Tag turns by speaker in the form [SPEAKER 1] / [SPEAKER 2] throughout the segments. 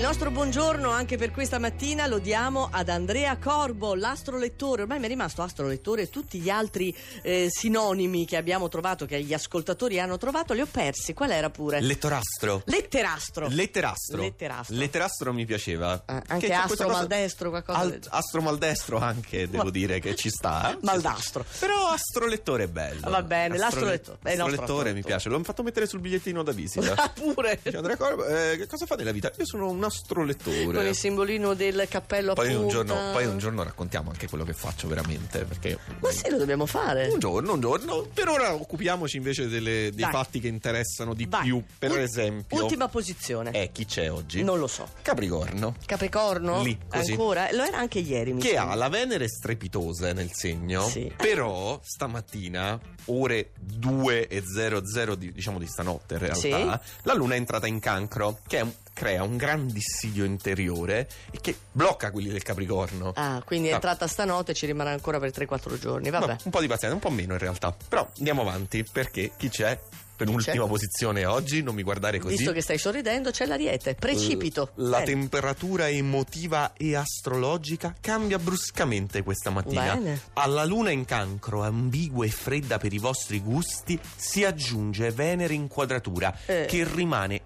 [SPEAKER 1] nostro buongiorno anche per questa mattina lo diamo ad Andrea Corbo, l'astrolettore. Ormai mi è rimasto astrolettore e tutti gli altri eh, sinonimi che abbiamo trovato, che gli ascoltatori hanno trovato, li ho persi. Qual era pure?
[SPEAKER 2] Lettorastro.
[SPEAKER 1] Eh. Letterastro.
[SPEAKER 2] Letterastro.
[SPEAKER 1] Letterastro.
[SPEAKER 2] Letterastro mi piaceva.
[SPEAKER 1] Eh,
[SPEAKER 2] Che
[SPEAKER 1] anche
[SPEAKER 2] c'è
[SPEAKER 1] astro
[SPEAKER 2] questa cosa-
[SPEAKER 1] maldestro, qualcosa.
[SPEAKER 2] Al-
[SPEAKER 1] del-
[SPEAKER 2] astro maldestro anche, devo
[SPEAKER 1] Ma-
[SPEAKER 2] dire che ci sta.
[SPEAKER 1] Maldastro.
[SPEAKER 2] Però astrolettore è bello.
[SPEAKER 1] Va bene, l'astrolettore- è il nostro
[SPEAKER 2] Astrolettore mi
[SPEAKER 1] astrolettore.
[SPEAKER 2] piace, l'ho fatto mettere sul bigliettino da visita.
[SPEAKER 1] Ah, pure.
[SPEAKER 2] Dice, Andrea Corbo, eh, che cosa fa nella vita? Io sono un
[SPEAKER 1] Con
[SPEAKER 2] astrolettore.
[SPEAKER 1] il simbolino del cappello
[SPEAKER 2] Poi
[SPEAKER 1] a
[SPEAKER 2] un,
[SPEAKER 1] punta.
[SPEAKER 2] giorno, poi un giorno raccontiamo anche quello che faccio veramente, perché...
[SPEAKER 1] Ma sì, lo dobbiamo fare.
[SPEAKER 2] Un giorno, un giorno. Per ora occupiamoci invece delle- dei
[SPEAKER 1] Dai.
[SPEAKER 2] fatti che interessano di
[SPEAKER 1] Vai.
[SPEAKER 2] più. Per
[SPEAKER 1] Ul-
[SPEAKER 2] esempio...
[SPEAKER 1] Ultima posizione.
[SPEAKER 2] Eh, chi c'è oggi?
[SPEAKER 1] Non lo so.
[SPEAKER 2] Capricorno.
[SPEAKER 1] Capricorno?
[SPEAKER 2] Lì, così.
[SPEAKER 1] Ancora? Lo era anche ieri, mi
[SPEAKER 2] Che
[SPEAKER 1] sembra.
[SPEAKER 2] ha la Venere strepitosa nel segno,
[SPEAKER 1] Sì.
[SPEAKER 2] però stamattina, ore 2.00 di, diciamo di stanotte in realtà, la Luna è entrata in cancro, che è un- crea un gran dissidio interiore e che blocca quelli del Capricorno.
[SPEAKER 1] Ah, quindi è
[SPEAKER 2] Ah.
[SPEAKER 1] entrata stanotte e ci rimarrà ancora per 3-4 giorni. Vabbè.
[SPEAKER 2] Ma un po' di pazienza, un po' meno in realtà. Però andiamo avanti, perché chi c'è? Per l'ultima
[SPEAKER 1] c'è?
[SPEAKER 2] posizione oggi, non mi guardare così.
[SPEAKER 1] Visto che stai sorridendo, c'è l'ariete. Precipito. Eh,
[SPEAKER 2] La
[SPEAKER 1] Bene.
[SPEAKER 2] temperatura emotiva e astrologica cambia bruscamente questa mattina.
[SPEAKER 1] Bene.
[SPEAKER 2] Alla luna in cancro, ambigua e fredda per i vostri gusti, si aggiunge Venere in quadratura,
[SPEAKER 1] Eh.
[SPEAKER 2] che rimane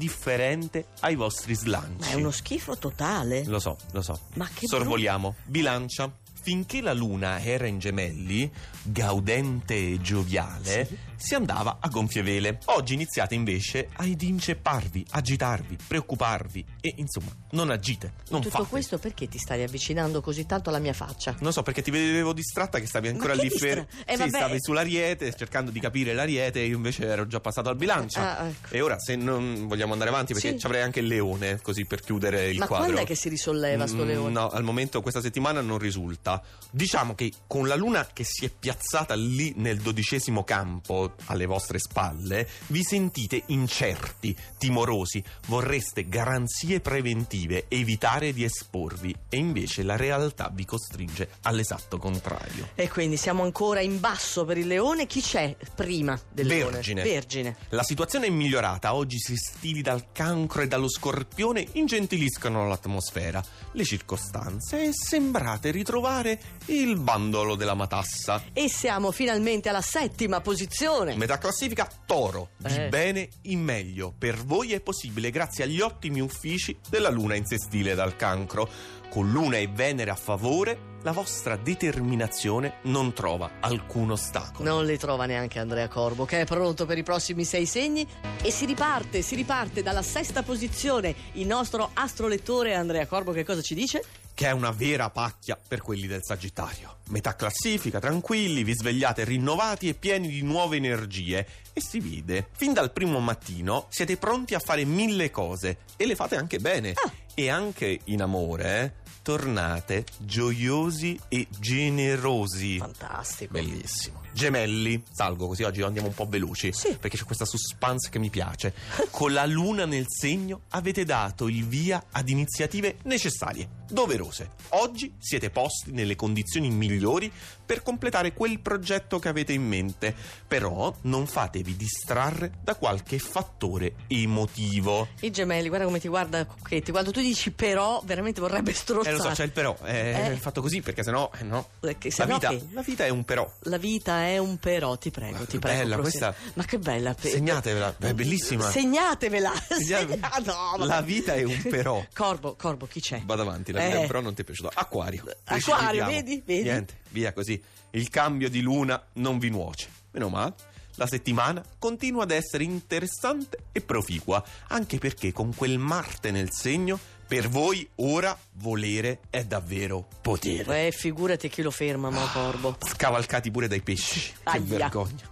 [SPEAKER 2] indifferente ai vostri
[SPEAKER 1] Ma
[SPEAKER 2] slanci.
[SPEAKER 1] è uno schifo totale.
[SPEAKER 2] Lo so, lo so.
[SPEAKER 1] Eh. Ma che
[SPEAKER 2] Sorvoliamo. Bilancia. Finché la luna era in gemelli, gaudente e gioviale,
[SPEAKER 1] Sì.
[SPEAKER 2] si andava a gonfie vele. Oggi iniziate invece ad incepparvi, agitarvi, preoccuparvi e insomma non agite, non
[SPEAKER 1] Tutto
[SPEAKER 2] fate.
[SPEAKER 1] questo perché ti stai avvicinando così tanto alla mia faccia?
[SPEAKER 2] Non so perché ti vedevo distratta che stavi ancora
[SPEAKER 1] che
[SPEAKER 2] lì
[SPEAKER 1] distra-
[SPEAKER 2] fermo.
[SPEAKER 1] Eh,
[SPEAKER 2] sì,
[SPEAKER 1] vabbè.
[SPEAKER 2] stavi sull'ariete cercando di capire l'ariete e io invece ero già passato al bilancia.
[SPEAKER 1] Ah, ecco.
[SPEAKER 2] E ora se non vogliamo andare avanti perché
[SPEAKER 1] Sì.
[SPEAKER 2] ci avrei anche il leone così per chiudere il
[SPEAKER 1] Ma
[SPEAKER 2] quadro.
[SPEAKER 1] quando è che si risolleva sto
[SPEAKER 2] Mm,
[SPEAKER 1] leone?
[SPEAKER 2] No, al momento questa settimana non risulta. Diciamo che con la luna che si è piazzata lì nel dodicesimo campo, alle vostre spalle, vi sentite incerti, timorosi, vorreste garanzie preventive, evitare di esporvi e invece la realtà vi costringe all'esatto contrario.
[SPEAKER 1] E quindi siamo ancora in basso per il leone. Chi c'è prima del
[SPEAKER 2] Vergine.
[SPEAKER 1] leone? Vergine.
[SPEAKER 2] La situazione è migliorata, oggi si stili dal cancro e dallo scorpione ingentiliscono l'atmosfera, le circostanze e sembrate ritrovare il bandolo della matassa.
[SPEAKER 1] E siamo finalmente alla settima posizione.
[SPEAKER 2] Metà classifica Toro, di
[SPEAKER 1] Eh.
[SPEAKER 2] bene in meglio. Per voi è possibile grazie agli ottimi uffici della Luna in sestile dal cancro. Con Luna e Venere a favore, la vostra determinazione non trova alcun ostacolo.
[SPEAKER 1] Non li trova neanche Andrea Corbo, che è pronto per i prossimi sei segni. E si riparte, si riparte dalla sesta posizione. Il nostro astrolettore Andrea Corbo che cosa ci dice?
[SPEAKER 2] che è una vera pacchia per quelli del Sagittario. Metà classifica, tranquilli, vi svegliate rinnovati e pieni di nuove energie. E si vede, fin dal primo mattino siete pronti a fare mille cose e le fate anche bene.
[SPEAKER 1] Ah.
[SPEAKER 2] E anche in amore, eh, tornate gioiosi e generosi.
[SPEAKER 1] Fantastico.
[SPEAKER 2] Bellissimo. Gemelli, salgo così oggi andiamo un po' veloci.
[SPEAKER 1] Sì.
[SPEAKER 2] Perché c'è questa suspense che mi piace. Con la luna nel segno avete dato il via ad iniziative necessarie, doverose. Oggi siete posti nelle condizioni migliori per completare quel progetto che avete in mente. Però non fatevi distrarre da qualche fattore emotivo.
[SPEAKER 1] I gemelli, guarda come ti guarda Cucchetti. Quando tu dici però, veramente vorrebbe
[SPEAKER 2] Eh
[SPEAKER 1] strozzare.
[SPEAKER 2] lo so, c'è il però. È
[SPEAKER 1] Eh.
[SPEAKER 2] fatto così perché sennò eh, no.
[SPEAKER 1] Perché
[SPEAKER 2] la,
[SPEAKER 1] sennò
[SPEAKER 2] vita,
[SPEAKER 1] che-
[SPEAKER 2] la vita è un però.
[SPEAKER 1] La vita è un però, ti prego,
[SPEAKER 2] Ma
[SPEAKER 1] ti
[SPEAKER 2] che
[SPEAKER 1] prego.
[SPEAKER 2] bella
[SPEAKER 1] prosegui.
[SPEAKER 2] questa.
[SPEAKER 1] Ma che bella. pe-
[SPEAKER 2] Segnatevela, è bellissima.
[SPEAKER 1] Segnatevela.
[SPEAKER 2] Segnate-
[SPEAKER 1] Segna- no, vabbè.
[SPEAKER 2] La vita è un però.
[SPEAKER 1] Corbo, Corbo, chi c'è?
[SPEAKER 2] Vado avanti, la vita
[SPEAKER 1] Eh.
[SPEAKER 2] però non ti è piaciuta. Acquario.
[SPEAKER 1] Acquario,
[SPEAKER 2] Precipitiamo.
[SPEAKER 1] vedi? Vedi?
[SPEAKER 2] Niente, via così. Il cambio di luna non vi nuoce. Meno male. La settimana continua ad essere interessante e proficua, anche perché con quel Marte nel segno, per voi ora volere è davvero potere.
[SPEAKER 1] Eh, figurati chi lo ferma, ma
[SPEAKER 2] Ah,
[SPEAKER 1] Corbo.
[SPEAKER 2] Scavalcati pure dai pesci. Che
[SPEAKER 1] Aia.
[SPEAKER 2] vergogna.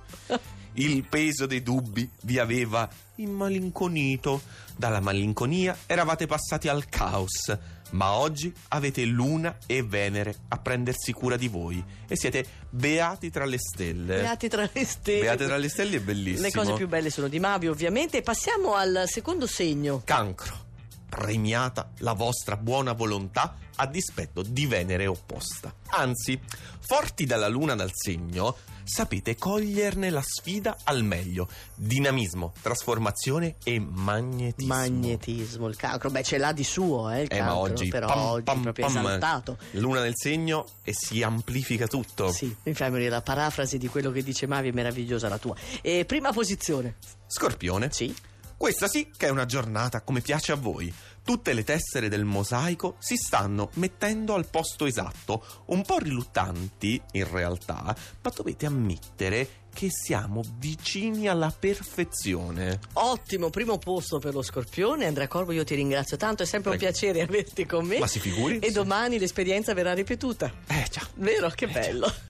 [SPEAKER 2] Il peso dei dubbi vi aveva immalinconito. Dalla malinconia eravate passati al caos, ma oggi avete Luna e Venere a prendersi cura di voi e siete beati tra le stelle.
[SPEAKER 1] Beati tra le stelle.
[SPEAKER 2] Beate Eh. tra le stelle è bellissimo.
[SPEAKER 1] Le cose più belle sono di Mavi, ovviamente. Passiamo al secondo segno.
[SPEAKER 2] Cancro. Premiata la vostra buona volontà a dispetto di Venere opposta. Anzi, forti dalla luna dal segno, sapete coglierne la sfida al meglio. Dinamismo, trasformazione e magnetismo.
[SPEAKER 1] Magnetismo, il cancro, beh ce l'ha di suo eh, il
[SPEAKER 2] Eh, ma
[SPEAKER 1] cancro,
[SPEAKER 2] oggi,
[SPEAKER 1] però
[SPEAKER 2] pam,
[SPEAKER 1] oggi
[SPEAKER 2] pam,
[SPEAKER 1] proprio
[SPEAKER 2] pam,
[SPEAKER 1] esaltato.
[SPEAKER 2] Luna nel segno e si amplifica tutto.
[SPEAKER 1] Sì, mi fai morire la parafrasi di quello che dice Mavi è meravigliosa la tua. E prima posizione.
[SPEAKER 2] Scorpione.
[SPEAKER 1] Sì.
[SPEAKER 2] Questa sì che è una giornata come piace a voi. Tutte le tessere del mosaico si stanno mettendo al posto esatto, un po' riluttanti in realtà, ma dovete ammettere che siamo vicini alla perfezione.
[SPEAKER 1] Ottimo, primo posto per lo Scorpione. Andrea Corvo, io ti ringrazio tanto, è sempre un
[SPEAKER 2] Prego.
[SPEAKER 1] piacere averti con me.
[SPEAKER 2] Ma si figuri?
[SPEAKER 1] E domani l'esperienza verrà ripetuta.
[SPEAKER 2] Eh già.
[SPEAKER 1] Vero? Che
[SPEAKER 2] Eh, già.
[SPEAKER 1] bello.